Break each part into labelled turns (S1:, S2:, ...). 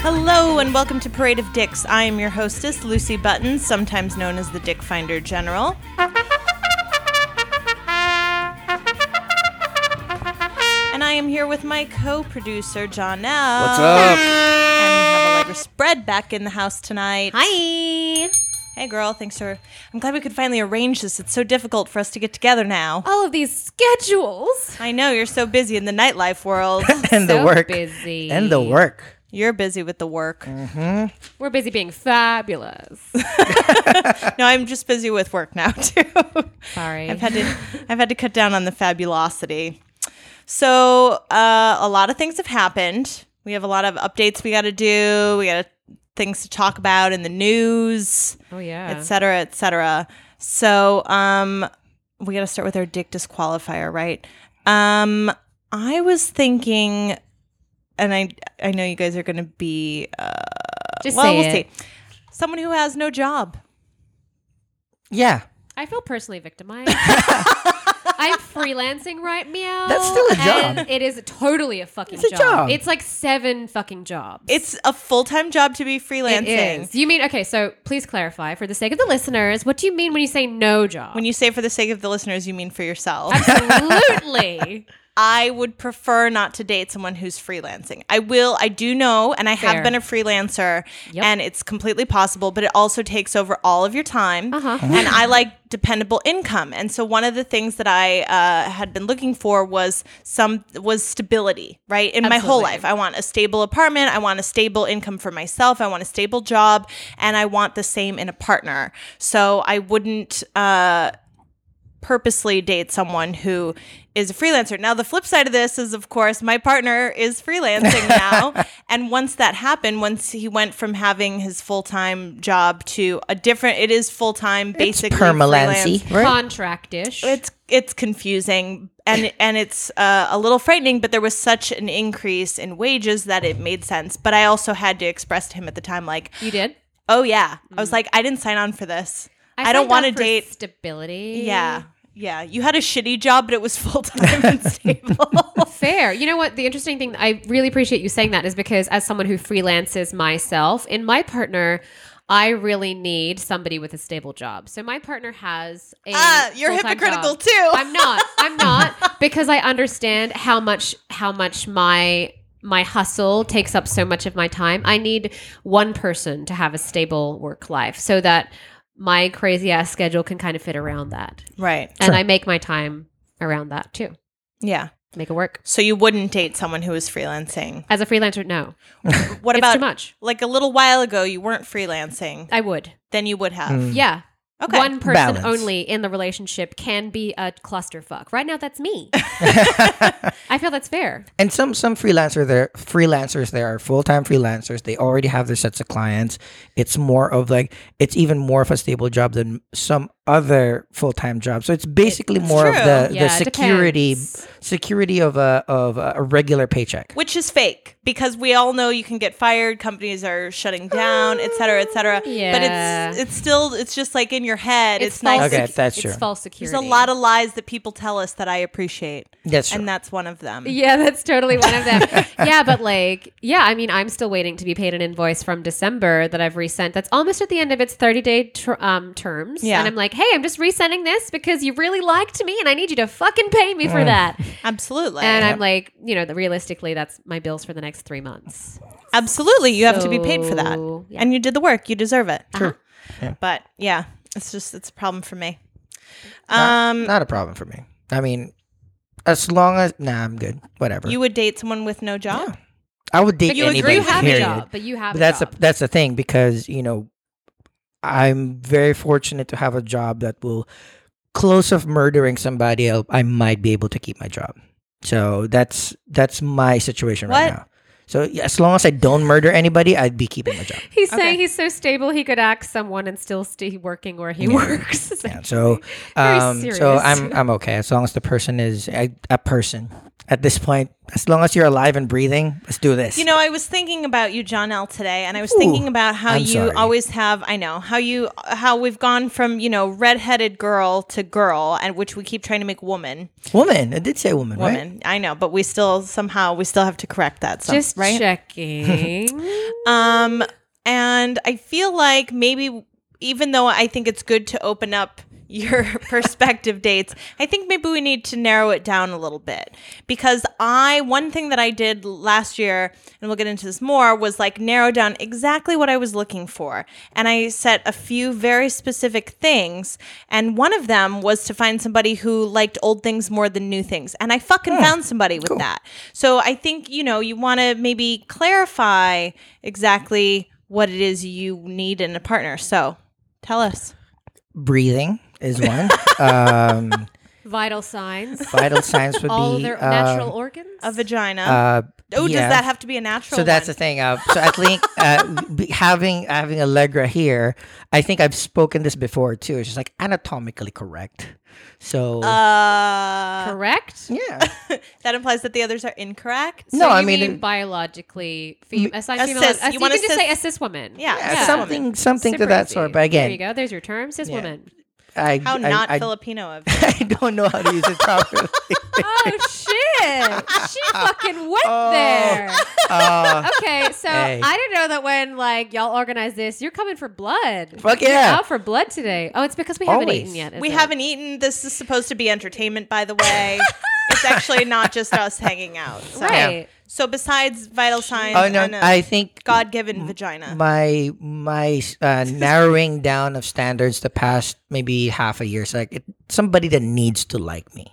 S1: Hello and welcome to Parade of Dicks. I am your hostess, Lucy Button, sometimes known as the Dick Finder General. And I am here with my co-producer, John L.
S2: Um,
S3: What's
S1: And
S3: up?
S1: we have Allegra Spread back in the house tonight.
S2: Hi.
S1: Hey, girl. Thanks for. I'm glad we could finally arrange this. It's so difficult for us to get together now.
S2: All of these schedules.
S1: I know you're so busy in the nightlife world.
S3: and the
S2: So
S3: work.
S2: busy.
S3: And the work.
S1: you're busy with the work. No,
S2: We're busy being fabulous.
S1: I'm just busy with work now too.
S2: Sorry.
S1: I've had to. I've had to cut down on the fabulosity. So uh, a lot of things have happened. We have a lot of updates we got to do. We got things to talk about in the news.
S2: oh yeah.
S1: et cetera, et cetera. So, um, we got to start with our dick disqualifier, right? Um, I was thinking, and I, I know you guys are going to be, uh,
S2: Just
S1: well,
S2: say
S1: we'll
S2: it.
S1: see. Someone who has no job.
S3: Yeah.
S2: I feel personally victimized. I'm freelancing right meow.
S3: That's still a job.
S2: and it is totally a fucking
S3: It's a job.
S2: It's like seven fucking jobs.
S1: It's a full time job to be freelancing.
S2: It is. You mean okay? So please clarify for the sake of the listeners. What do you mean when you say no job?
S1: When you say for the sake of the listeners, you mean for yourself.
S2: absolutely.
S1: I would prefer not to date someone who's freelancing. I will, I do know, and I have
S2: Fair.
S1: been a freelancer,
S2: Yep.
S1: and it's completely possible, but it also takes over all of your time.
S2: Uh-huh.
S1: And I like dependable income. And so one of the things that I uh, had been looking for was some was stability, right? In my whole
S2: Absolutely.
S1: life. I want a stable apartment, I want a stable income for myself, I want a stable job, and I want the same in a partner. So I wouldn't uh purposely date someone who is a freelancer. Now, the flip side of this is, of course, my partner is freelancing now. and once that happened, once he went from having his full time job to a different, it is full time, basically. freelance.
S3: Permalancy. Right?
S2: Contractish.
S1: It's it's confusing and and it's uh, a little frightening. But there was such an increase in wages that it made sense. But I also had to express to him at the time, like,
S2: you did.
S1: oh yeah, I was like, I didn't sign on for this. I, don't
S2: Mm. signed
S1: want to
S2: up for
S1: date
S2: stability.
S1: yeah. Yeah. You had a shitty job, but it was full time and stable.
S2: Fair. You know what? The interesting thing I really appreciate you saying that is because as someone who freelances myself in my partner, I really need somebody with a stable job. So my partner has a
S1: Ah, you're
S2: full-time
S1: hypocritical
S2: job.
S1: too.
S2: I'm not. I'm not because I understand how much how much my my hustle takes up so much of my time. I need one person to have a stable work life so that my crazy ass schedule can kind of fit around that.
S1: right.
S2: And I make my time around that too.
S1: Yeah.
S2: Make it work.
S1: So you wouldn't date someone who was freelancing.
S2: As a freelancer, no.
S1: What
S2: it's
S1: about
S2: too much.
S1: like a little while ago you weren't freelancing?
S2: I would.
S1: Then you would have.
S2: Yeah.
S1: Okay.
S2: One person
S3: Mm. Balance.
S2: only in the relationship can be a clusterfuck. Right now, that's me. I feel that's fair.
S3: And some some freelancer there freelancers there are full time freelancers. They already have their sets of clients. It's more of like it's even more of a stable job than some other full time job. So it's basically more
S1: true.
S3: of the,
S2: Yeah,
S3: the
S2: it
S3: security
S2: depends.
S3: security of a of a regular paycheck.
S1: Which is fake because we all know you can get fired, companies are shutting down, et cetera, et cetera.
S2: yeah.
S1: But it's it's still it's just like in your head. It's,
S2: false
S1: nice.
S3: Okay,
S2: sec-
S3: that's
S2: It's
S3: true.
S2: false security.
S1: There's a lot of lies that people tell us that I appreciate.
S3: That's true.
S1: And that's one of them.
S2: Yeah, that's totally one of them. yeah, but like, yeah, I mean, I'm still waiting to be paid an invoice from December that I've resent. That's almost at the end of its 30 day ter- um, terms.
S1: Yeah.
S2: And I'm like, hey, I'm just resending this because you really liked me and I need you to fucking pay me
S3: Mm.
S2: for that.
S1: Absolutely.
S2: And I'm like, you know, that realistically, that's my bills for the next three months.
S1: Absolutely, you have to be paid for that,
S2: So, yeah.
S1: and you did the work. You deserve it. Uh-huh. But yeah, it's just it's a problem for me. Um,
S3: Not a problem for me. I mean, as long as nah, I'm good. Whatever.
S1: you would date someone with no job.
S3: I would date
S2: But you
S3: anybody.
S2: agree, you have
S3: period.
S2: a job, but you have
S3: but
S2: a
S3: that's
S2: job.
S3: the that's the thing because you know I'm very fortunate to have a job that will close of murdering somebody else. I might be able to keep my job. So that's that's my situation right
S1: What?
S3: now. So yeah, as long as I don't murder anybody, I'd be keeping my job.
S2: He's
S1: Okay.
S2: saying he's so stable he could ask someone and still stay working where he works.
S3: Yeah, so
S2: Very
S3: um, so
S2: serious.
S3: I'm I'm okay as long as the person is a, a person. at this point. As long as you're alive and breathing, let's do this.
S1: You know, I was thinking about you, John L. today, and I was thinking about how
S3: I'm
S1: you
S3: sorry.
S1: always have. I know how you how we've gone from you know redheaded girl to girl, and which we keep trying to make woman,
S3: woman. I did say woman, right?
S1: woman. I know, but we still somehow we still have to correct that. Some,
S2: Just
S1: right.
S2: checking.
S1: Um, and I feel like maybe even though I think it's good to open up your perspective dates, I think maybe we need to narrow it down a little bit because I one thing that I did last year, and we'll get into this more, was like narrow down exactly what I was looking for, and I set a few very specific things, and one of them was to find somebody who liked old things more than new things, and I fucking found somebody with that. So I think you know you want to maybe clarify exactly what it is you need in a partner. So tell us.
S3: Breathing is one. um,
S2: Vital signs.
S3: vital signs would
S2: All
S3: be
S2: their
S3: um,
S2: natural organs.
S1: A vagina.
S3: Uh,
S1: oh,
S3: yeah.
S1: does that have to be a natural?
S3: So that's the
S1: one?
S3: thing. Uh, so I think uh, b- having having Allegra here, I think I've spoken this before too. It's just like anatomically correct. So
S1: Uh,
S2: Correct.
S3: yeah,
S1: that implies that the others are incorrect.
S3: No,
S2: So
S3: I
S2: you
S3: mean-
S2: biologically, fem- aside
S1: a
S2: female,
S1: cis.
S2: a-
S1: You
S2: you,
S1: want
S2: can
S1: a
S2: just say a
S1: cis-
S2: cis woman.
S1: Yeah,
S3: Yeah,
S1: cis woman.
S3: something something to that
S2: Supremacy.
S3: sort. But
S2: there you
S3: again,
S2: go. There's your term, cis
S3: Yeah.
S2: woman.
S3: I
S1: How
S3: I,
S1: not
S3: I,
S1: Filipino of you.
S3: I don't know how to use it properly.
S2: oh shit! She fucking went
S3: Oh.
S2: there.
S3: Uh,
S2: Okay, so
S3: Hey.
S2: I didn't know that when like y'all organize this, you're coming for blood.
S3: Fuck
S2: You're
S3: yeah.
S2: out for blood today. Oh, it's because we haven't
S3: Always.
S2: eaten yet. is
S1: We
S2: it?
S1: haven't eaten. This is supposed to be entertainment, by the way. it's actually not just us hanging out. So.
S2: Right.
S1: So besides vital signs
S3: oh no,
S1: and
S3: I think
S1: God-given vagina.
S3: my my uh, narrowing down of standards the past maybe half a year. So like it, somebody that needs to like me.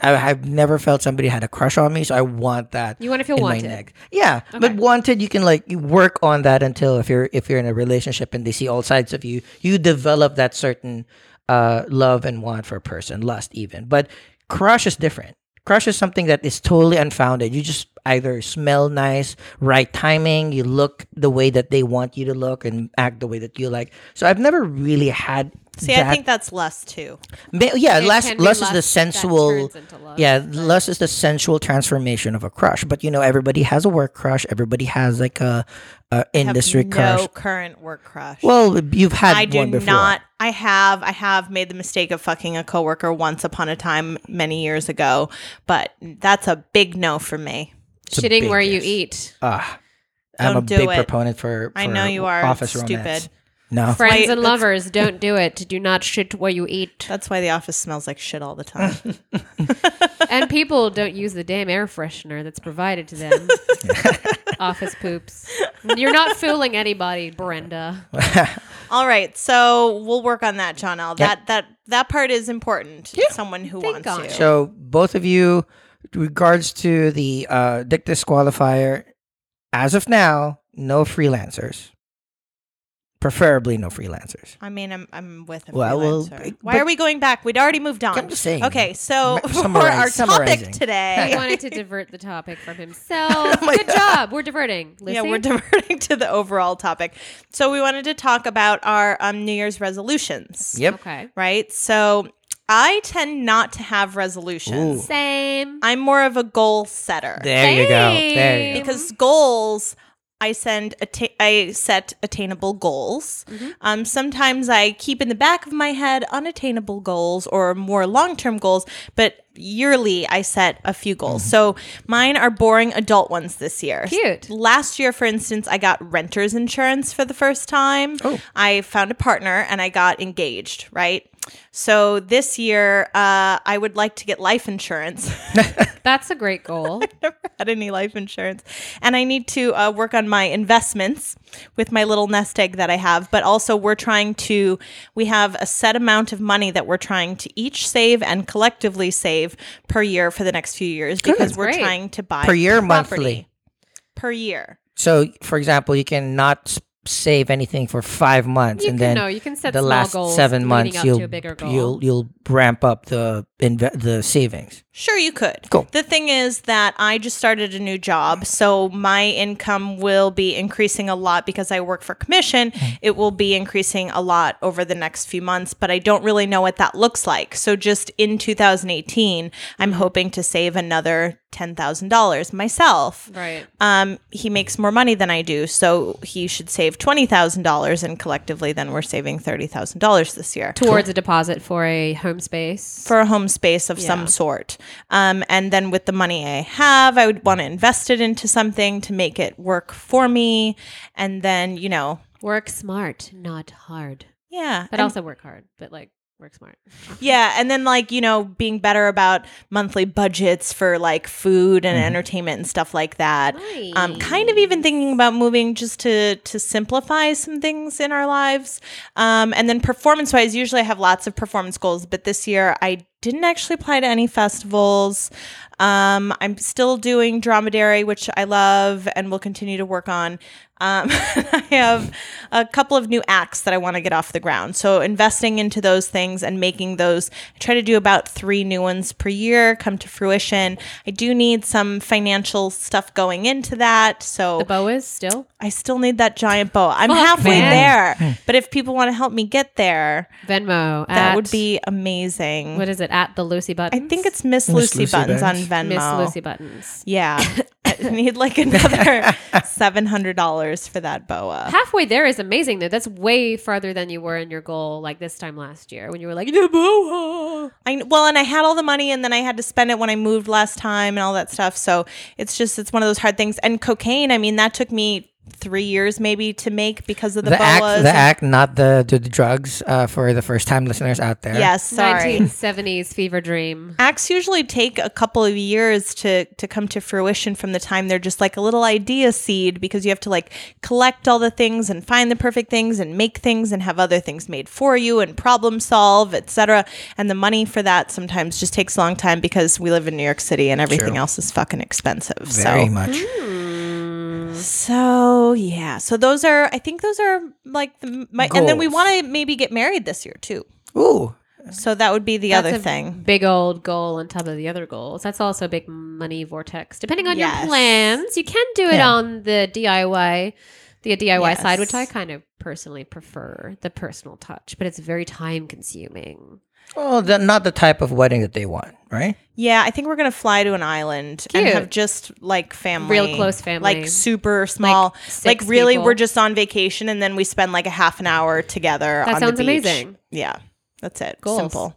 S3: I, I've never felt somebody had a crush on me, so I want that.
S2: You want to feel
S3: in my
S2: wanted.
S3: neck. Yeah, but
S2: Okay.
S3: wanted you can like you work on that until if you're if you're in a relationship and they see all sides of you, you develop that certain uh love and want for a person, lust even. But crush is different. Crush is something that is totally unfounded. You just either smell nice, right timing, you look the way that they want you to look and act the way that you like. So I've never really had
S1: See,
S3: that
S1: I think that's lust too.
S3: Ma- yeah,
S2: It
S3: lust,
S2: can be
S3: lust is
S2: lust
S3: the
S2: that
S3: sensual.
S2: turns into love,
S3: yeah, lust is the sensual transformation of a crush. But you know, everybody has a work crush. Everybody has like a, a industry
S1: no
S3: crush.
S1: current work crush.
S3: Well, you've had
S1: I do
S3: one before.
S1: not. I have. I have made the mistake of fucking a coworker once upon a time many years ago, but that's a big no for me.
S3: a big
S2: Shitting where you
S3: yes.
S2: eat.
S3: Ah, I'm a
S1: Don't do
S3: big
S1: it.
S3: proponent for,
S1: I
S3: for
S1: know you are.
S3: Office
S1: It's stupid.
S3: romance. No,
S2: Friends
S1: Wait,
S2: and
S1: that's-
S2: lovers, don't do it. Do not shit where you eat.
S1: That's why the office smells like shit all the time.
S2: and people don't use the damn air freshener that's provided to them. Office poops. You're not fooling anybody, Brenda.
S1: all right, so we'll work on that, John L. That that that part is important. Someone who
S2: Think
S1: wants
S2: on
S1: you.
S2: it.
S3: So both of you, regards to the uh, dick disqualifier, as of now, no freelancers. Preferably no freelancers.
S1: I mean, I'm I'm with a
S3: Well, well,
S1: freelancer.
S3: but-
S1: Why are we going back? We'd already moved on.
S3: I'm just saying.
S1: Okay, so
S3: Ma-
S1: for
S3: summarize-
S1: our
S3: summarizing.
S1: topic today,
S2: He wanted to divert the topic from himself.
S3: my
S2: Good job. We're diverting. Lizzie?
S1: Yeah, we're diverting to the overall topic. So we wanted to talk about our um, New Year's resolutions.
S3: Yep.
S2: Okay.
S1: Right. So I tend not to have resolutions.
S3: Ooh.
S2: Same.
S1: I'm more of a goal setter
S3: There you go. There you go.
S1: because goals. I send atta- I set attainable goals. Um, sometimes I keep in the back of my head unattainable goals or more long term goals, but yearly I set a few goals. So mine are boring adult ones this year.
S2: Cute.
S1: Last year, for instance, I got renter's insurance for the first time. I found a partner and I got engaged, right? So this year, uh, I would like to get life insurance.
S2: That's a great goal.
S1: never had any life insurance. And I need to uh, work on my investments with my little nest egg that I have. But also, we're trying to, we have a set amount of money that we're trying to each save and collectively save per year for the next few years because we're
S2: Great.
S1: trying to buy
S3: per year,
S1: property.
S3: monthly.
S1: Per year.
S3: So, for example, you cannot s- save anything for five months,
S2: You
S3: and
S2: can
S3: then
S2: no, you can set
S3: the
S2: small
S3: last
S2: goals
S3: seven
S2: leading
S3: months
S2: up
S3: you'll
S2: to a bigger goal.
S3: you'll you'll ramp up the inve- the savings.
S1: Sure, you could.
S3: Cool.
S1: The thing is that I just started a new job, so my income will be increasing a lot because I work for commission. It will be increasing a lot over the next few months, but I don't really know what that looks like. So just in 2018, I'm hoping to save another $10,000 myself.
S2: Right.
S1: Um, he makes more money than I do, so he should save $20,000 and collectively then we're saving $30,000 this year
S2: Towards a deposit for a home space.
S1: for a home space of some sort. Um, and then with the money I have, I would want to invest it into something to make it work for me. And then, you know,
S2: work smart, not hard.
S1: yeah.
S2: But
S1: and-
S2: also work hard, but like work smart.
S1: yeah. And then, like, you know, being better about monthly budgets for like food and
S2: Mm-hmm.
S1: entertainment and stuff like that. Um, kind of even thinking about moving just to to simplify some things in our lives. Um, and then performance wise, usually I have lots of performance goals, but this year I didn't actually apply to any festivals. Um, I'm still doing dromedary, which I love and will continue to work on. Um, I have a couple of new acts that I want to get off the ground. So investing into those things and making those, I try to do about three new ones per year come to fruition. I do need some financial stuff going into that. So
S2: The bow is still
S1: I still need that giant bow. I'm
S2: Fuck,
S1: halfway
S2: man.
S1: there. But if people want to help me get there,
S2: Venmo.
S1: that
S2: at-
S1: would be amazing.
S2: what is it at the Lucy
S1: I
S2: Buttons?
S1: think it's Miss, Lucy,
S3: Lucy
S1: Buttons on
S3: Buttons.
S1: Venmo.
S2: Miss Lucy Buttons.
S1: Yeah. I need like another $700 for that boa.
S2: Halfway there is amazing though. That's way farther than you were in your goal like this time last year when you were like the boa.
S1: I well, and I had all the money, and then I had to spend it when I moved last time, and all that stuff. So it's just it's one of those hard things. And cocaine, I mean, that took me three years maybe to make because of the,
S3: The act,
S1: boas.
S3: the act, not the the drugs. Uh, for the first time listeners out there.
S1: Yes, sorry.
S2: 1970s fever dream.
S1: Acts usually take a couple of years to to come to fruition from the time they're just like a little idea seed because you have to like collect all the things and find the perfect things and make things and have other things made for you and problem solve, etc. And the money for that sometimes just takes a long time because we live in New York City and everything else is fucking expensive.
S3: Very
S1: so
S3: much.
S1: so yeah. So those are I think those are like the my and then we
S3: Goals.
S1: want to maybe get married this year too.
S2: Hmm.
S3: Ooh.
S1: So that would be the
S2: That's
S1: other
S2: a
S1: thing.
S2: Big old goal on top of the other goals. That's also a big money vortex. Depending on
S1: Yes.
S2: your plans, you can do it
S3: Yeah.
S2: on the DIY, the DIY side, which
S1: Yes.
S2: I kind of personally prefer the personal touch, but it's very time consuming.
S3: Well, the, not the type of wedding that they want, right?
S1: Yeah, I think we're gonna fly to an island and
S2: Cute.
S1: have just like family,
S2: Real close family.
S1: like super small, like,
S2: six
S1: really
S2: people.
S1: we're just on vacation and then we spend like a half an hour together. on
S2: That
S1: the
S2: sounds
S1: beach.
S2: amazing.
S1: Yeah, that's it.
S2: Goals.
S1: Simple.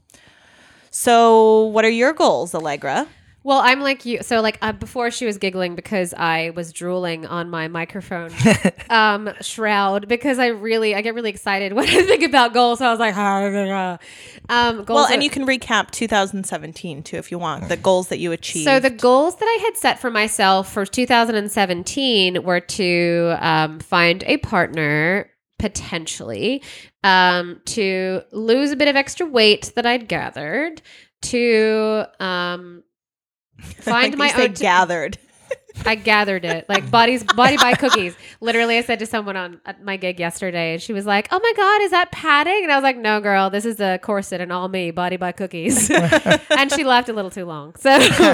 S1: So, what are your goals, Allegra?
S2: Well, I'm like you. So, like uh, before, she was giggling because I was drooling on my microphone um, shroud because I really, I get really excited when I think about goals. So I was like, um, goals.
S1: Well,
S2: are-
S1: and you can recap 2017 too if you want the goals that you achieved.
S2: So the goals that I had set for myself for 2017 were to um, find a partner potentially, um, to lose a bit of extra weight that I'd gathered, to um,
S1: like
S2: find my
S1: you said
S2: own.
S1: gathered.
S2: I gathered it like bodies, body by cookies. Literally, I said to someone on at my gig yesterday, and she was like, "Oh my god, is that padding?" And I was like, "No, girl, this is a corset and all me, body by cookies." and she laughed a little too long. So,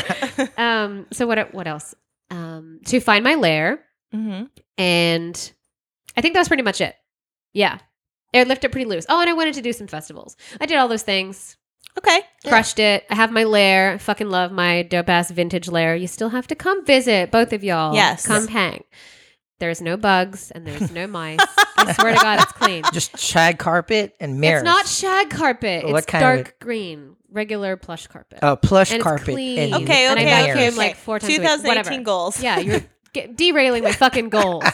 S2: um, so what? What else? Um, to find my lair,
S1: hmm
S2: Mm-hmm. and I think that was pretty much it. Yeah, I left it pretty loose. Oh, and I wanted to do some festivals. I did all those things.
S1: Okay.
S2: Crushed it. I have my lair. I fucking love my dope ass vintage lair. You still have to come visit, both of y'all.
S1: Yes.
S2: Come hang. There's no bugs and there's no mice. I swear to God, it's clean.
S3: Just shag carpet and mirrors.
S2: It's not shag carpet.
S3: What
S2: it's
S3: kind of
S2: dark
S3: it-
S2: green, regular plush carpet.
S3: uh, plush
S2: and it's
S3: carpet.
S2: clean.
S3: And
S1: Okay.
S2: And I
S1: Okay.
S2: vacuumed,
S1: Okay.
S3: mirrors.
S1: okay.
S2: like, four times a week,
S1: 2018
S2: whatever.
S1: goals.
S2: Yeah, you're get, derailing my fucking goals.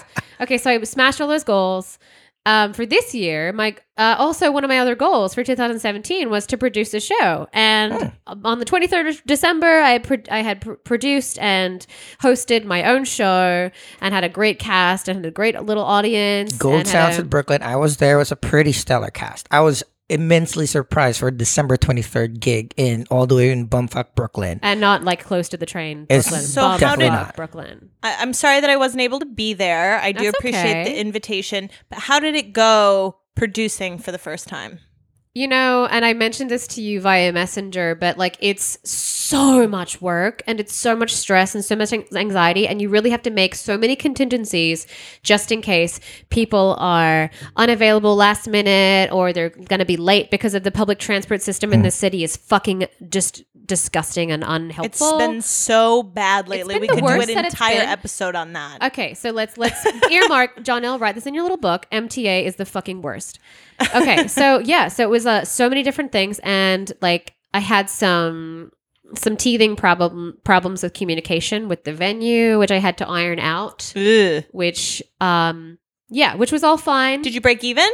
S2: Okay, so I smashed all those goals. Um, for this year, my uh, also one of my other goals for 2017 was to produce a show, and
S3: Hmm.
S2: on the 23rd of December, I pro- I had pr- produced and hosted my own show, and had a great cast and had a great little audience.
S3: Gold
S2: and uh, had
S3: Sounds
S2: a-
S3: in Brooklyn. I was there. It was a pretty stellar cast. I was immensely surprised for a December 23rd gig in all the way in bumfuck Brooklyn.
S2: and not like close to the train.
S3: It's
S2: Brooklyn,
S1: so
S2: Bum
S1: how did-
S2: fuck Brooklyn?
S1: I, I'm sorry that I wasn't able to be there. I do
S2: That's
S1: appreciate
S2: okay.
S1: the invitation, but how did it go producing for the first time?
S2: You know, and I mentioned this to you via Messenger, but like it's so much work and it's so much stress and so much an- anxiety, and you really have to make so many contingencies just in case people are unavailable last minute or they're going to be late because of the public transport system
S1: Hmm.
S2: in the city is fucking just disgusting and
S1: It's
S2: unhelpful.
S1: been so bad lately.
S2: been
S1: We
S2: the
S1: could do
S2: worst
S1: an
S2: that it's
S1: entire
S2: been.
S1: episode on that.
S2: Okay, so let's let's earmark John L. Write this in your little book. MTA is the fucking worst. Okay, so yeah, so it was uh, so many different things, and like I had some some teething problem problems with communication with the venue, which I had to iron
S1: Mm.
S2: out.
S1: Ugh.
S2: Which um yeah, which was all fine.
S1: Did you break even?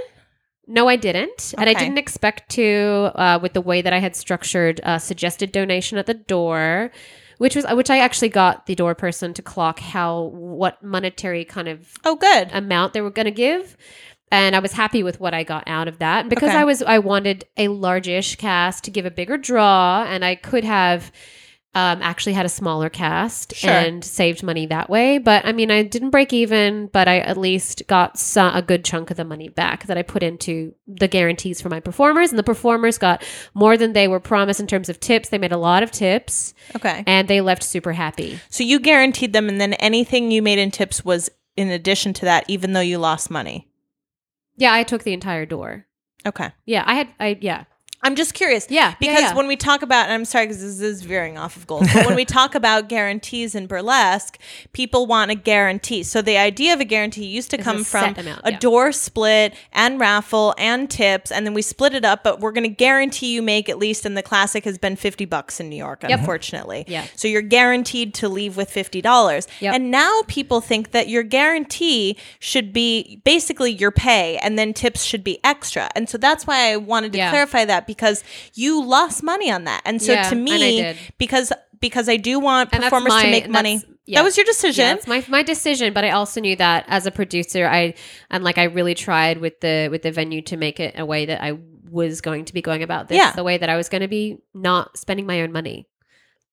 S2: No, I didn't, and I
S1: Okay.
S2: didn't expect to uh, with the way that I had structured uh, suggested donation at the door, which was which I actually got the door person to clock how what monetary kind of
S1: Oh, good.
S2: amount they were going to give and i was happy with what i got out of that because
S1: Okay.
S2: i was i wanted a largish cast to give a bigger draw and i could have um, actually had a smaller cast
S1: Sure.
S2: and saved money that way but i mean i didn't break even but i at least got so- a good chunk of the money back that i put into the guarantees for my performers and the performers got more than they were promised in terms of tips they made a lot of tips
S1: Okay.
S2: and they left super happy
S1: So you guaranteed them, and then anything you made in tips was in addition to that, even though you lost money.
S2: yeah i took the entire door
S1: Okay.
S2: yeah i had i yeah
S1: I'm just curious.
S2: Yeah, yeah,
S1: Because
S2: yeah.
S1: when we talk about, and I'm sorry because this is veering off of goals, but when we talk about guarantees in burlesque, people want a guarantee. So the idea of a guarantee used to
S2: Is
S1: come
S2: a
S1: from
S2: set amount,
S1: a
S2: yeah.
S1: door split and raffle and tips, and then we split it up, but we're going to guarantee you make at least, and the classic has been 50 bucks in New York, unfortunately.
S2: Mm-hmm. Yeah.
S1: So you're guaranteed to leave with $50.
S2: Yep.
S1: And now people think that your guarantee should be basically your pay, and then tips should be extra. And so that's why I wanted to
S2: Yeah.
S1: clarify clarify that because you lost money on that. And so
S2: Yeah,
S1: to
S2: and I
S1: me,
S2: did.
S1: because because I do want
S2: And that's
S1: performers to
S2: my-
S1: make money.
S2: that's- yeah.
S1: That was your
S2: Yeah,
S1: decision.
S2: it's my my decision, but I also knew that as a producer, I and like I really tried with the with the venue to make it a way that I was going to be going about this
S1: Yeah.
S2: the way that I was going to be not spending my own money.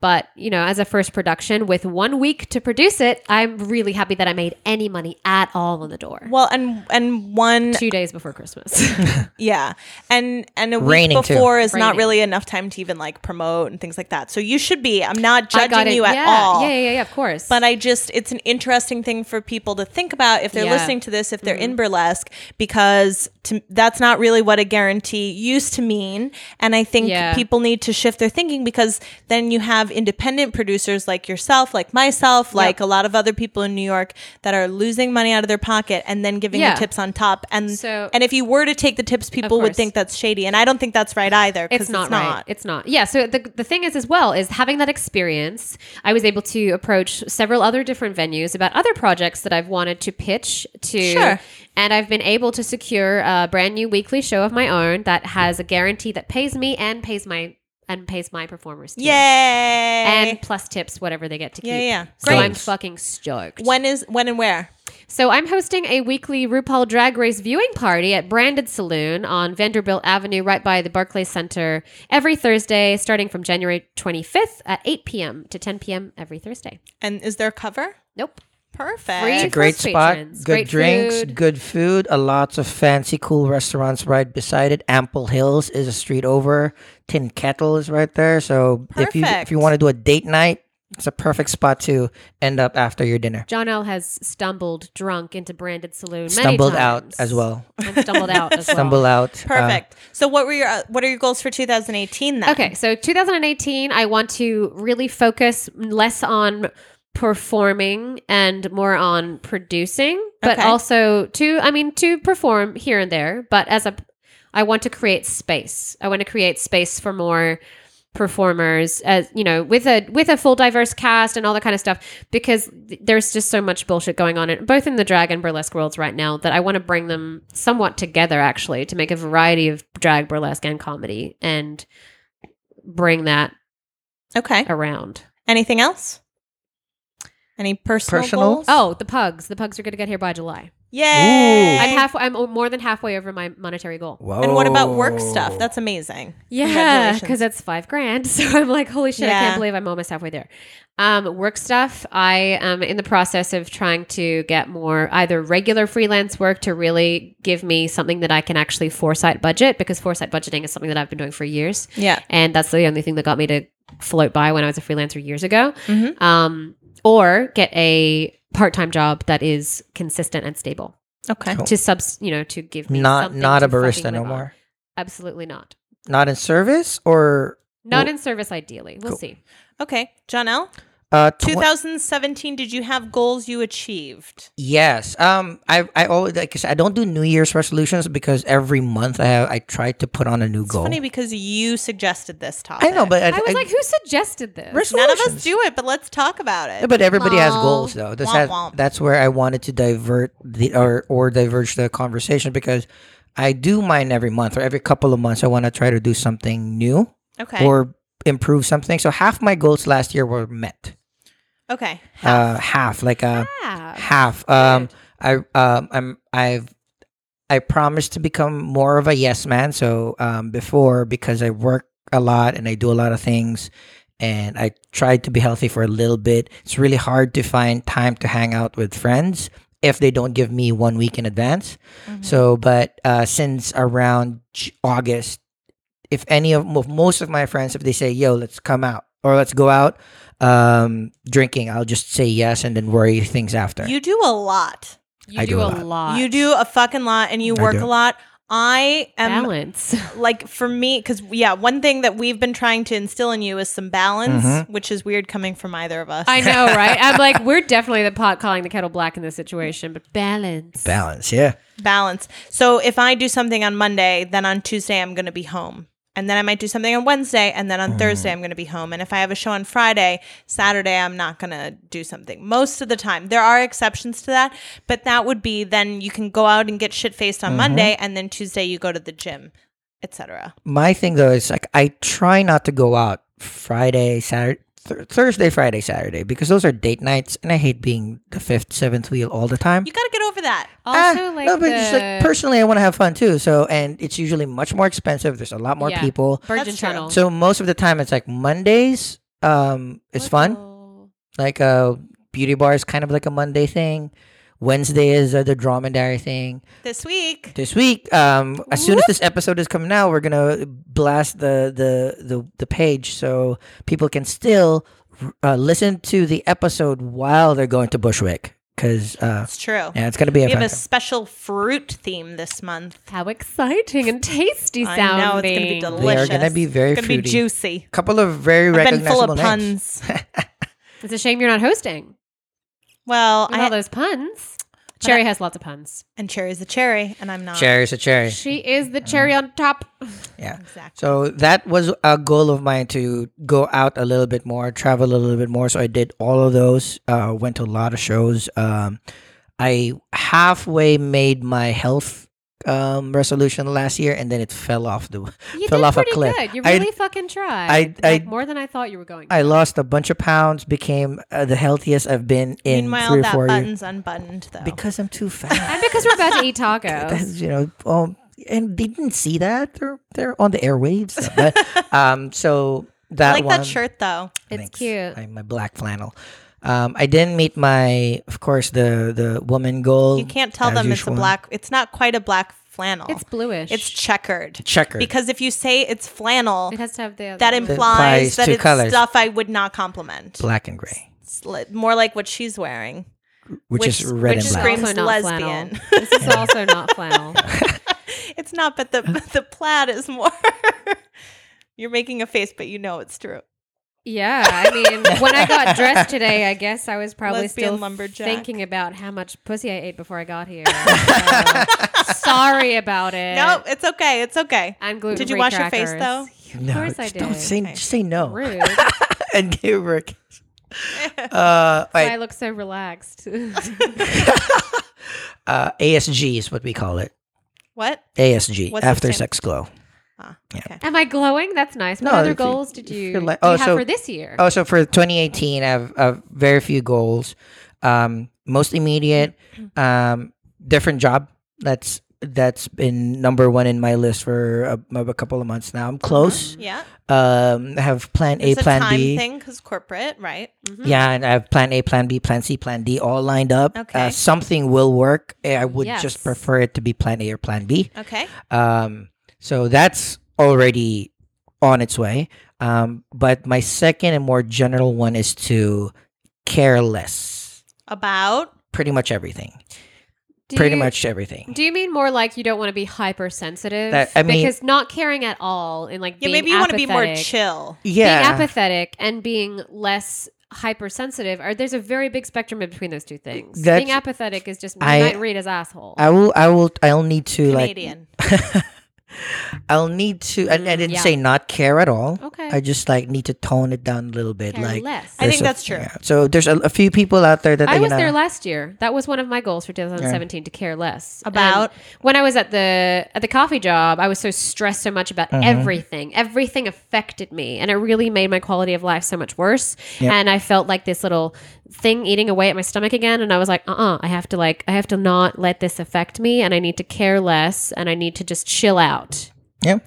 S2: But you know, as a first production with one week to produce it, I'm really happy that I made any money at all on the door.
S1: well, and and one
S2: Two days before Christmas.
S1: yeah, and and a week
S3: Raining, too.
S1: before is not
S2: Raining.
S1: really enough time to even like promote and things like that. So you should be. I'm not
S2: I
S1: judging
S2: got it.
S1: you at
S2: yeah,
S1: all.
S2: Yeah, yeah, yeah, of course.
S1: But I just, it's an interesting thing for people to think about if they're
S2: Yeah. Mm-hmm.
S1: listening to this, if they're in burlesque, because to, that's not really what a guarantee used to mean. And I think
S2: Yeah.
S1: people need to shift their thinking because then you have independent producers like yourself, like myself, like a lot of other people in New York that are losing money out of their pocket and then giving
S2: Yeah.
S1: the tips on top. And
S2: So-
S1: and if you were to take the tips, people would
S2: course.
S1: think that's shady. And I don't think that's right either. 'cause
S2: it's not right. It's not. Yeah. So the the thing is as well is having that experience, I was able to approach several other different venues about other projects that I've wanted to pitch to,
S1: Sure.
S2: and I've been able to secure a brand new weekly show of my own that has a guarantee that pays me and pays my and pays my performers too.
S1: Yay.
S2: And plus tips, whatever they get to
S1: Yeah,
S2: keep.
S1: yeah.
S2: So
S3: Great.
S2: I'm fucking stoked.
S1: when is, when and where?
S2: So I'm hosting a weekly RuPaul Drag Race viewing party at Branded Saloon on Vanderbilt Avenue, right by the Barclays Center, every Thursday, starting from January 25th at 8 p.m. to 10 p.m. every Thursday.
S1: And is there a cover?
S2: Nope.
S1: Perfect.
S3: It's a
S2: Free-
S3: great
S2: First
S3: spot,
S2: patrons,
S3: good
S2: great
S3: drinks,
S2: food.
S3: good food, a lots of fancy, cool restaurants right beside it. Ample Hills is a street over. Tin Kettle is right there. So if you if
S1: Perfect.
S3: you want to do a date night, it's a perfect spot to end up after your dinner.
S2: John L has stumbled drunk into Branded Saloon.
S3: Stumbled
S2: many
S3: out
S2: times.
S3: as well.
S2: And stumbled out as well.
S3: Stumble out. uh,
S1: Perfect. so what were your uh, what are your goals for 2018 then?
S2: Okay, so 2018, I want to really focus less on performing and more on producing, but
S1: Okay.
S2: also to, I mean, to perform here and there, but as a, I want to create space. I want to create space for more performers as you know with a with a full diverse cast and all that kind of stuff because th- there's just so much bullshit going on in, both in the drag and burlesque worlds right now that I want to bring them somewhat together actually to make a variety of drag burlesque and comedy and bring that
S1: Okay.
S2: around.
S1: Anything else? Any personal,
S3: Personal?
S1: goals?
S2: Oh, the pugs. The pugs are going to get here by July.
S1: Yay.
S2: I'm half. I'm more than halfway over my monetary goal.
S3: Whoa.
S1: and what about work
S3: Oh.
S1: stuff? That's amazing.
S2: Yeah,
S1: Congratulations.
S2: because it's five grand. So I'm like, holy shit, I
S1: Yeah.
S2: can't believe I'm almost halfway there. Um, work stuff. I am in the process of trying to get more either regular freelance work to really give me something that I can actually foresight budget because foresight budgeting is something that I've been doing for years.
S1: Yeah.
S2: and that's the only thing that got me to float by when I was a freelancer years ago.
S3: Mm-hmm.
S1: Mhm.
S2: Um, or get a part-time job that is consistent and stable
S1: Okay.
S3: Cool.
S2: to subs, you know, to give me
S3: Not
S2: something
S3: not
S2: to
S3: a barista
S2: fucking
S3: no
S2: live on.
S3: more.
S2: Absolutely not.
S3: Not in service or
S2: Not
S3: Well-
S2: in service, ideally. We'll
S3: Cool.
S2: see.
S1: Okay. John L.
S3: uh tw-
S1: 2017. Did you have goals you achieved?
S3: Yes. Um. I I always like I said, I don't do New Year's resolutions because every month I have I try to put on a new
S1: It's
S3: goal.
S1: funny because you suggested this topic.
S3: I know, but I,
S2: I was like, who suggested this?
S1: none of us
S3: resolutions.
S1: do it. But let's talk about it.
S3: Yeah, but everybody has
S2: Aw.
S3: goals though. That's
S1: Womp
S3: that-
S1: womp.
S3: that's where I wanted to divert the or or diverge the conversation because I do mine every month or every couple of months. I want to try to do something new
S1: okay.
S3: or improve something. So half my goals last year were met.
S1: okay.
S3: Half. Uh, half like uh,
S2: Yeah.
S3: half. Um, I um, I'm I've I promised to become more of a yes man. So um, before because I work a lot and I do a lot of things, and I tried to be healthy for a little bit. It's really hard to find time to hang out with friends if they don't give me one week in advance.
S1: Mhm.
S3: So, but uh, since around J- August, if any of mo- most of my friends, if they say, "Yo, let's come out" or "Let's go out," um, drinking, I'll just say yes and then worry things after.
S1: you do a lot.
S2: You
S3: I
S2: do, a lot.
S1: You do a fucking lot, and you
S3: I
S1: work
S3: do.
S1: a lot. I
S3: um,
S1: am
S2: balance.
S1: like for me because yeah one thing that we've been trying to instill in you is some balance
S3: Mhm.
S1: which is weird coming from either of us
S2: I know, right? I'm like, we're definitely the pot calling the kettle black in this situation, but balance.
S3: Balance, yeah.
S1: balance so if i do something on monday then on tuesday i'm going to be home and then i might do something on wednesday and then on thursday i'm going to be home and if i have a show on friday saturday i'm not going to do something most of the time there are exceptions to that but that would be then you can go out and get shit faced on monday and then tuesday you go to the gym etc
S3: My thing though is like I try not to go out Friday, Saturday, th- Thursday, Friday, Saturday because those are date nights, and I hate being the fifth, seventh wheel all the time.
S1: you got to get over that
S2: Also,
S3: Ah,
S2: like,
S3: no, but just
S2: the
S3: like personally, I want to have fun too. So, and it's usually much more expensive. There's a lot more
S2: Yeah.
S3: people.
S2: Virgin
S1: That's true.
S2: Channel.
S3: So most of the time, it's like Mondays. Um, it's fun. Like uh, beauty bar is kind of like a Monday thing. Wednesday is uh, the dromedary thing.
S1: this week
S3: This week, um, as soon as this episode is coming out, we're gonna blast the the the, the page so people can still uh, listen to the episode while they're going to Bushwick. Cause uh,
S1: it's true
S3: yeah, it's gonna be a
S1: We have
S3: fun
S1: a special fruit theme this month.
S2: How exciting and tasty
S1: I
S2: sounding.
S1: know it's going to be delicious.
S3: They are gonna be very
S1: It's gonna be
S3: fruity.
S1: juicy.
S3: couple of very
S1: I've been full
S3: recognizable
S1: of
S3: names.
S1: puns.
S2: It's a shame you're not hosting.
S1: well,
S2: With all
S1: I,
S2: those puns. Cherry has lots of puns.
S1: and cherry's a cherry, and I'm not.
S3: Cherries a cherry. Mm.
S2: She is the cherry on top.
S3: Yeah.
S1: Exactly.
S3: So that was a goal of mine to go out a little bit more, travel a little bit more. So I did all of those. Uh, went to a lot of shows. Um, I halfway made my health um, resolution last year, and then it fell off the.
S2: You
S3: Fell
S2: did
S3: off a
S2: pretty
S3: cliff.
S2: good. You
S3: I-
S2: really fucking tried.
S3: I- I-
S2: like, more than I thought you were going.
S3: I lost a bunch of pounds. Became uh, the healthiest I've been in
S1: Meanwhile,
S3: three or
S1: that
S3: four years
S1: button's unbuttoned though.
S3: because I'm too fat.
S2: and because we're about to eat tacos.
S3: That's, you know, um, and they didn't see that. They're they're on the airwaves. But, um, so that
S1: I like
S3: one,
S1: that shirt though.
S2: It's
S3: Thanks.
S2: cute.
S3: I, my black flannel. Um, I didn't meet my, of course, the the woman goal.
S1: You can't tell
S3: as
S1: them
S3: usual.
S1: it's a black. It's not quite a black flannel.
S2: It's bluish.
S1: It's checkered.
S3: checkered.
S1: Because if you say it's flannel,
S2: it has to have the
S1: that implies
S3: implies
S1: that
S3: two
S1: it's
S3: colors.
S1: stuff I would not compliment.
S3: black and gray,
S1: It's li- more like what she's wearing.
S3: which,
S1: Which-
S3: is red
S1: which
S3: and
S1: is
S3: black.
S1: green. screams lesbian.
S2: Flannel. This is also not flannel.
S1: It's not, but the the plaid is more. You're making a face, but you know it's true.
S2: Yeah, I mean, when I got dressed today, I guess I was probably
S1: Lesbian
S2: still
S1: lumberjack.
S2: thinking about how much pussy I ate before I got here. So, sorry about
S3: Eh.
S2: it.
S1: No, it's okay. It's okay.
S2: And gluten.
S1: Did you wash your face, though?
S2: Of course I
S3: just
S2: did.
S3: Don't say
S1: Okay.
S3: just say no
S2: Rude.
S3: and give her. a kiss. Uh,
S2: Why I
S3: wait,
S2: look so relaxed.
S3: uh, ASG is what we call it.
S1: What?
S3: ASG
S1: What's it
S3: after
S1: stand-
S3: sex glow.
S1: Ah,
S3: Yeah.
S1: okay.
S2: Am I glowing? That's nice. What
S3: No,
S2: other
S3: if you-
S2: goals did
S3: if
S2: you,
S3: you're like-
S2: do you
S3: oh,
S2: have
S3: so-
S2: for this year?
S3: Oh, so for 2018, I have, I have very few goals. Um, most immediate, um, different job. That's that's been number one in my list for a, a couple of months now. I'm close.
S1: Yeah.
S3: Um, I have plan
S1: Mm-hmm. It's
S3: A, plan
S1: time
S3: B.
S1: thing Mm-hmm. because corporate, right?
S2: Mhm.
S3: Yeah, and I have plan A, plan B, plan C, plan D all lined up.
S1: Okay.
S3: Uh, something will work. Eh, I would
S2: Yes.
S3: just prefer it to be plan A or plan B.
S1: Okay.
S3: Um, so that's already on its way. Um, but my second and more general one is to care less.
S1: About
S3: Pretty much everything.
S2: Do
S3: Pretty
S2: you-
S3: much everything.
S2: Do you mean more like you don't want to be hypersensitive?
S3: That- I mean-
S2: because not caring at all and like
S1: yeah,
S2: being
S1: maybe you want to be more
S2: apathetic-
S1: chill.
S3: yeah.
S2: Being apathetic and being less hypersensitive are there's a very big spectrum between those two things.
S3: That's-
S2: being apathetic is just
S3: I-
S2: might read as asshole.
S3: I will. I will. I'll need to
S1: Canadian.
S3: like. I'll need to. I, I
S2: Mm,
S3: didn't
S2: yeah.
S3: say not care at all.
S2: okay.
S3: I just like need to tone it down a little bit.
S2: Care
S3: like
S2: less.
S1: I think
S3: there's a-
S1: that's true.
S3: yeah. So there's a, a few people out there that
S2: I
S3: you
S2: was
S3: know,
S2: there last year. That was one of my goals for 2017 to care less
S1: About?
S2: And when I was at the at the coffee job. I was so stressed so much about
S3: Uh-huh.
S2: everything. Everything affected me, and it really made my quality of life so much worse.
S3: Yep.
S2: And I felt like this little thing eating away at my stomach again. And I was like, uh, uh I have to like I have to not let this affect me, and I need to care less, and I need to just chill out.
S3: Yeah.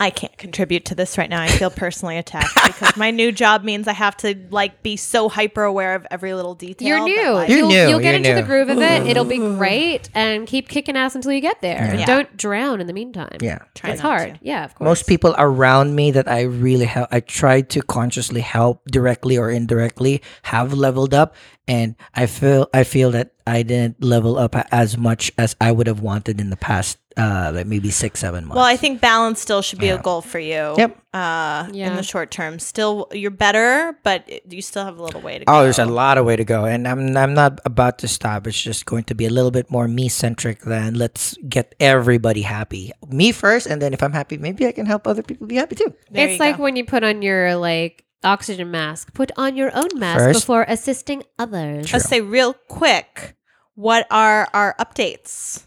S1: I can't contribute to this right now. I feel personally attacked because my new job means I have to like be so hyper aware of every little detail.
S2: You're
S1: that, like-
S2: new.
S1: Mm-hmm.
S3: You're
S2: you'll,
S3: new,
S2: you'll get
S3: you're
S2: into the
S3: new.
S2: groove of it. It'll be great, and keep kicking ass until you get there.
S1: Yeah.
S2: Don't drown in the meantime.
S3: Yeah.
S1: Try
S2: it's
S1: not to.
S2: hard. Yeah, of course.
S3: Most people around me that I really help, I try to consciously help directly or indirectly have leveled up, and I feel I feel that I didn't level up a- as much as I would have wanted in the past, uh, like maybe six seven months.
S1: Well, I think balance still should be a goal for you.
S3: Yep.
S1: Uh, In
S2: Yeah.
S1: the short term, still you're better, but it- you still have a little way to go.
S3: Oh, there's a lot of way to go, and I'm I'm not about to stop. It's just going to be a little bit more me centric than let's get everybody happy. Me first, and then if I'm happy, maybe I can help other people be happy too.
S1: There you
S2: it's like
S1: go.
S2: when you put on your like oxygen mask. Put on your own mask
S3: First.
S2: before assisting others.
S1: Let's say real quick, what are our updates?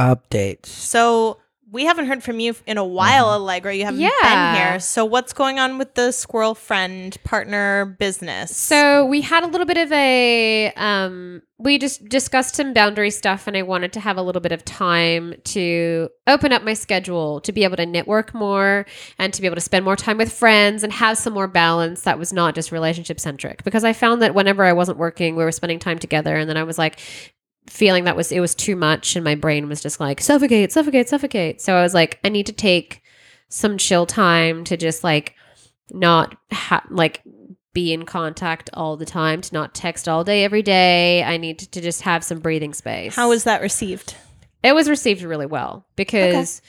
S3: Updates.
S1: So we haven't heard from you in a while,
S3: Mm-hmm.
S1: Allegra. You haven't
S2: Yeah.
S1: been here. So what's going on with the squirrel friend partner business?
S2: So we had a little bit of a um we just discussed some boundary stuff and I wanted to have a little bit of time to open up my schedule to be able to network more and to be able to spend more time with friends and have some more balance that was not just relationship centric because I found that whenever I wasn't working we were spending time together and then I was like feeling that was it was too much and my brain was just like suffocate suffocate suffocate so I was like I need to take some chill time to just like not ha- like be in contact all the time to not text all day every day i need to, to just have some breathing space
S1: how was that received?
S2: it was received really well because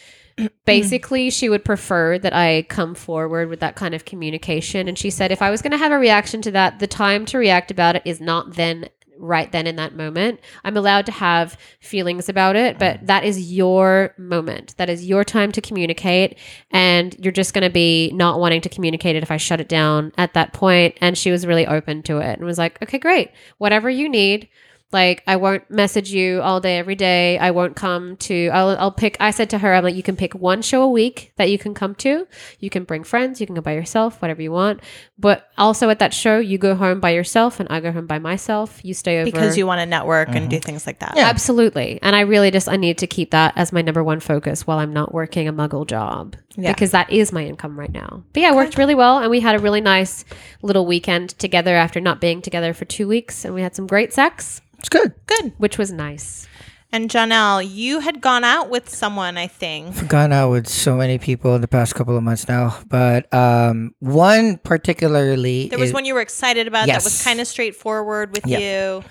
S2: basically she would prefer that i come forward with that kind of communication and she said if i was going to have a reaction to that the time to react about it is not then right then in that moment i'm allowed to have feelings about it but that is your moment that is your time to communicate and you're just going to be not wanting to communicate it if i shut it down at that point and she was really open to it and was like okay great whatever you need like I won't message you all day every day. I won't come to. I'll I'll pick. I said to her, I'm like, you can pick one show a week that you can come to. You can bring friends. You can go by yourself, whatever you want. But also at that show, you go home by yourself, and I go home by myself. You stay over
S1: Because you want to network and
S3: Mm-hmm.
S1: do things like that. Yeah.
S2: Absolutely. And I really just I need to keep that as my number one focus while I'm not working a muggle job
S1: Yeah.
S2: because that is my income right now. But yeah, it worked really well and we had a really nice little weekend together after not being together for 2 weeks and we had some great sex,
S3: It's good.
S1: Good.
S2: which was nice.
S1: And Janelle, you had gone out with someone, I think.
S3: Gone out with so many people in the past couple of months now, but um, one particularly.
S1: There was
S3: is-
S1: one you were excited about that was
S3: Yes.
S1: kind of straightforward with
S3: Yeah.
S1: you.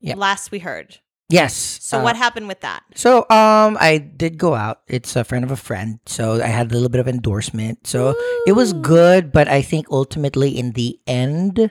S3: Yeah.
S1: Last we heard.
S3: Yes.
S1: So
S3: uh,
S1: what happened with that?
S3: So um, I did go out. It's a friend of a friend, so I had a little bit of endorsement. So it was good, but I think ultimately in the end,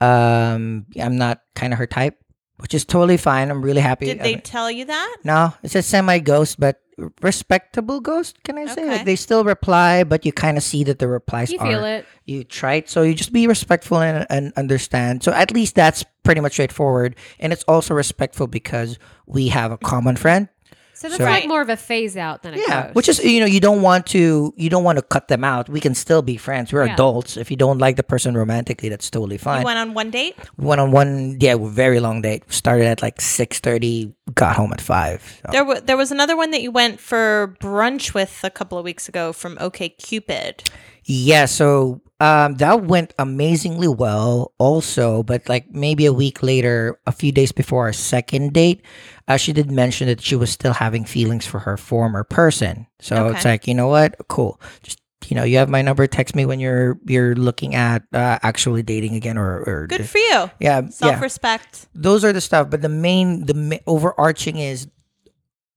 S3: um, I'm not kind of her type, which is totally fine. I'm really happy.
S1: Did
S3: I
S1: they
S3: mean,
S1: tell you that?
S3: no, it's a semi ghost, but respectable ghost. Can I say
S1: Okay.
S3: like they still reply, but you kind of see that the replies
S2: You
S3: are
S2: feel it.
S3: you tried so you just be respectful and, and understand so at least that's pretty much straightforward and it's also respectful because we have a common friend
S2: So that's
S3: So-
S2: like more of a phase out than a
S3: Yeah,
S2: ghost.
S3: which is you know you don't want to you don't want to cut them out. We can still be friends. We're
S2: Yeah.
S3: adults. If you don't like the person romantically, that's totally fine.
S1: You went on one date.
S3: We went on one yeah very long date. Started at like six thirty, got home at five. So-
S1: There, w- there was another one that you went for brunch with a couple of weeks ago from OK Cupid.
S3: Yeah, so um, that went amazingly well, also. But like maybe a week later, a few days before our second date, uh, she did mention that she was still having feelings for her former person. So it's
S1: Okay.
S3: like, you know what? Cool. Just you know, you have my number. Text me when you're you're looking at uh, actually dating again, or, or
S1: Good for you.
S3: yeah, yeah
S1: Self respect.
S3: those are the stuff but the main the ma- overarching is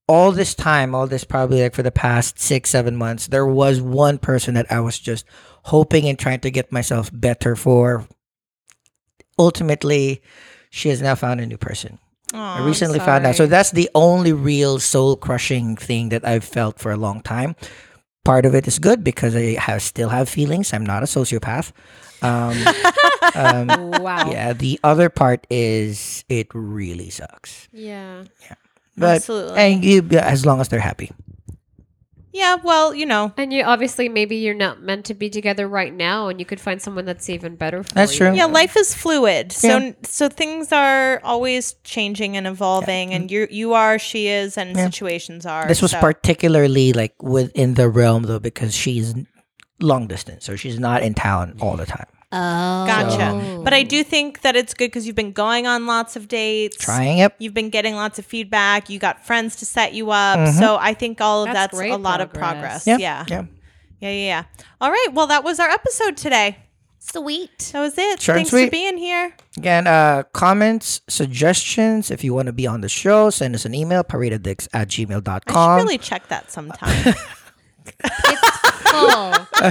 S3: all this time all this probably like for the past six seven months there was one person that i was just hoping and trying to get myself better for ultimately she has now found a new person
S1: Oh,
S3: i recently found out so
S2: sorry.
S3: that's the only real soul crushing thing that i've felt for a long time part of it is good because i have, still have feelings i'm not a sociopath um, um,
S2: wow.
S3: yeah, the other part is it really sucks.
S2: Yeah.
S3: But
S1: Absolutely.
S3: and you, yeah, as long as they're happy.
S1: yeah, well, you know,
S2: And you obviously maybe you're not meant to be together right now, and you could find someone that's even better for
S3: That's
S2: you.
S3: true.
S1: yeah, life is fluid. So
S3: Yeah.
S1: so things are always changing and evolving and you you are, she is and
S3: Yeah.
S1: situations are.
S3: This was
S1: so.
S3: particularly like within the realm though because she's long distance, so she's not in town all the time.
S2: Oh.
S1: Gotcha. But I do think that it's good cuz you've been going on lots of dates.
S3: Trying it.
S1: You've been getting lots of feedback. You got friends to set you up. So I think all of
S2: That's
S1: that's,
S2: great
S1: a lot
S2: progress.
S1: of progress.
S3: Mm-hmm. Yeah.
S1: Yeah.
S3: Yeah.
S1: Yeah, yeah, yeah. All right. Well, that was our episode today.
S2: Sweet.
S1: That was it.
S3: Short and
S1: Thanks for
S3: sweet.
S1: being here.
S3: Again, uh, comments, suggestions. If you want to be on the show, send us an email, paradadicks at
S1: I
S3: gmail.com.
S1: should really check that sometime.
S2: It's full.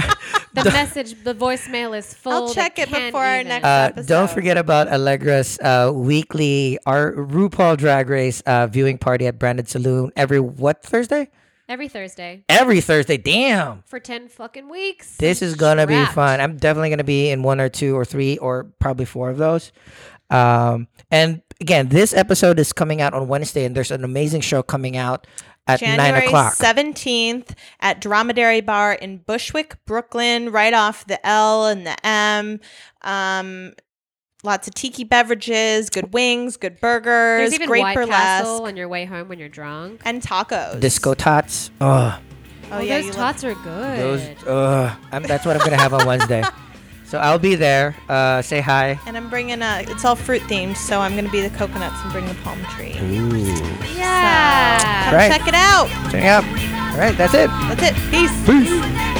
S2: the message, the voicemail is full.
S1: I'll
S2: They
S1: check it
S2: can't
S1: before our
S2: even.
S1: next
S3: Uh,
S1: episode.
S3: don't forget about Allegra's uh, weekly our RuPaul Drag Race uh, viewing party at Brandon Saloon every what Thursday?
S2: every Thursday
S3: Every Thursday. Damn.
S2: for ten fucking weeks.
S3: This is gonna be
S2: Strapped.
S3: fun. I'm definitely gonna be in one or two or three or probably four of those. Um, and again, this episode is coming out on Wednesday, and there's an amazing show coming out at nine
S1: January
S3: o'clock.
S1: 17th at Dromedary Bar in Bushwick, Brooklyn, right off the L and the M. Um, lots of tiki beverages, good wings, good burgers,
S2: There's even
S1: great
S2: White
S1: burlesque,
S2: Castle on your way home when you're drunk.
S1: and tacos.
S3: Disco tots. Ugh,
S1: Oh,
S2: Oh,
S1: yeah. you
S2: those
S1: love-
S2: tots are good.
S3: those. Ugh, I'm, that's what I'm gonna have on Wednesday. So I'll be there. Uh, say hi.
S1: and I'm bringing a, it's all fruit themed, so I'm going to be the coconuts and bring the palm tree.
S2: yeah.
S1: Come
S3: Right.
S1: check it out.
S3: Turning up. All right, that's it.
S1: That's it. Peace.
S3: Peace.
S4: Thank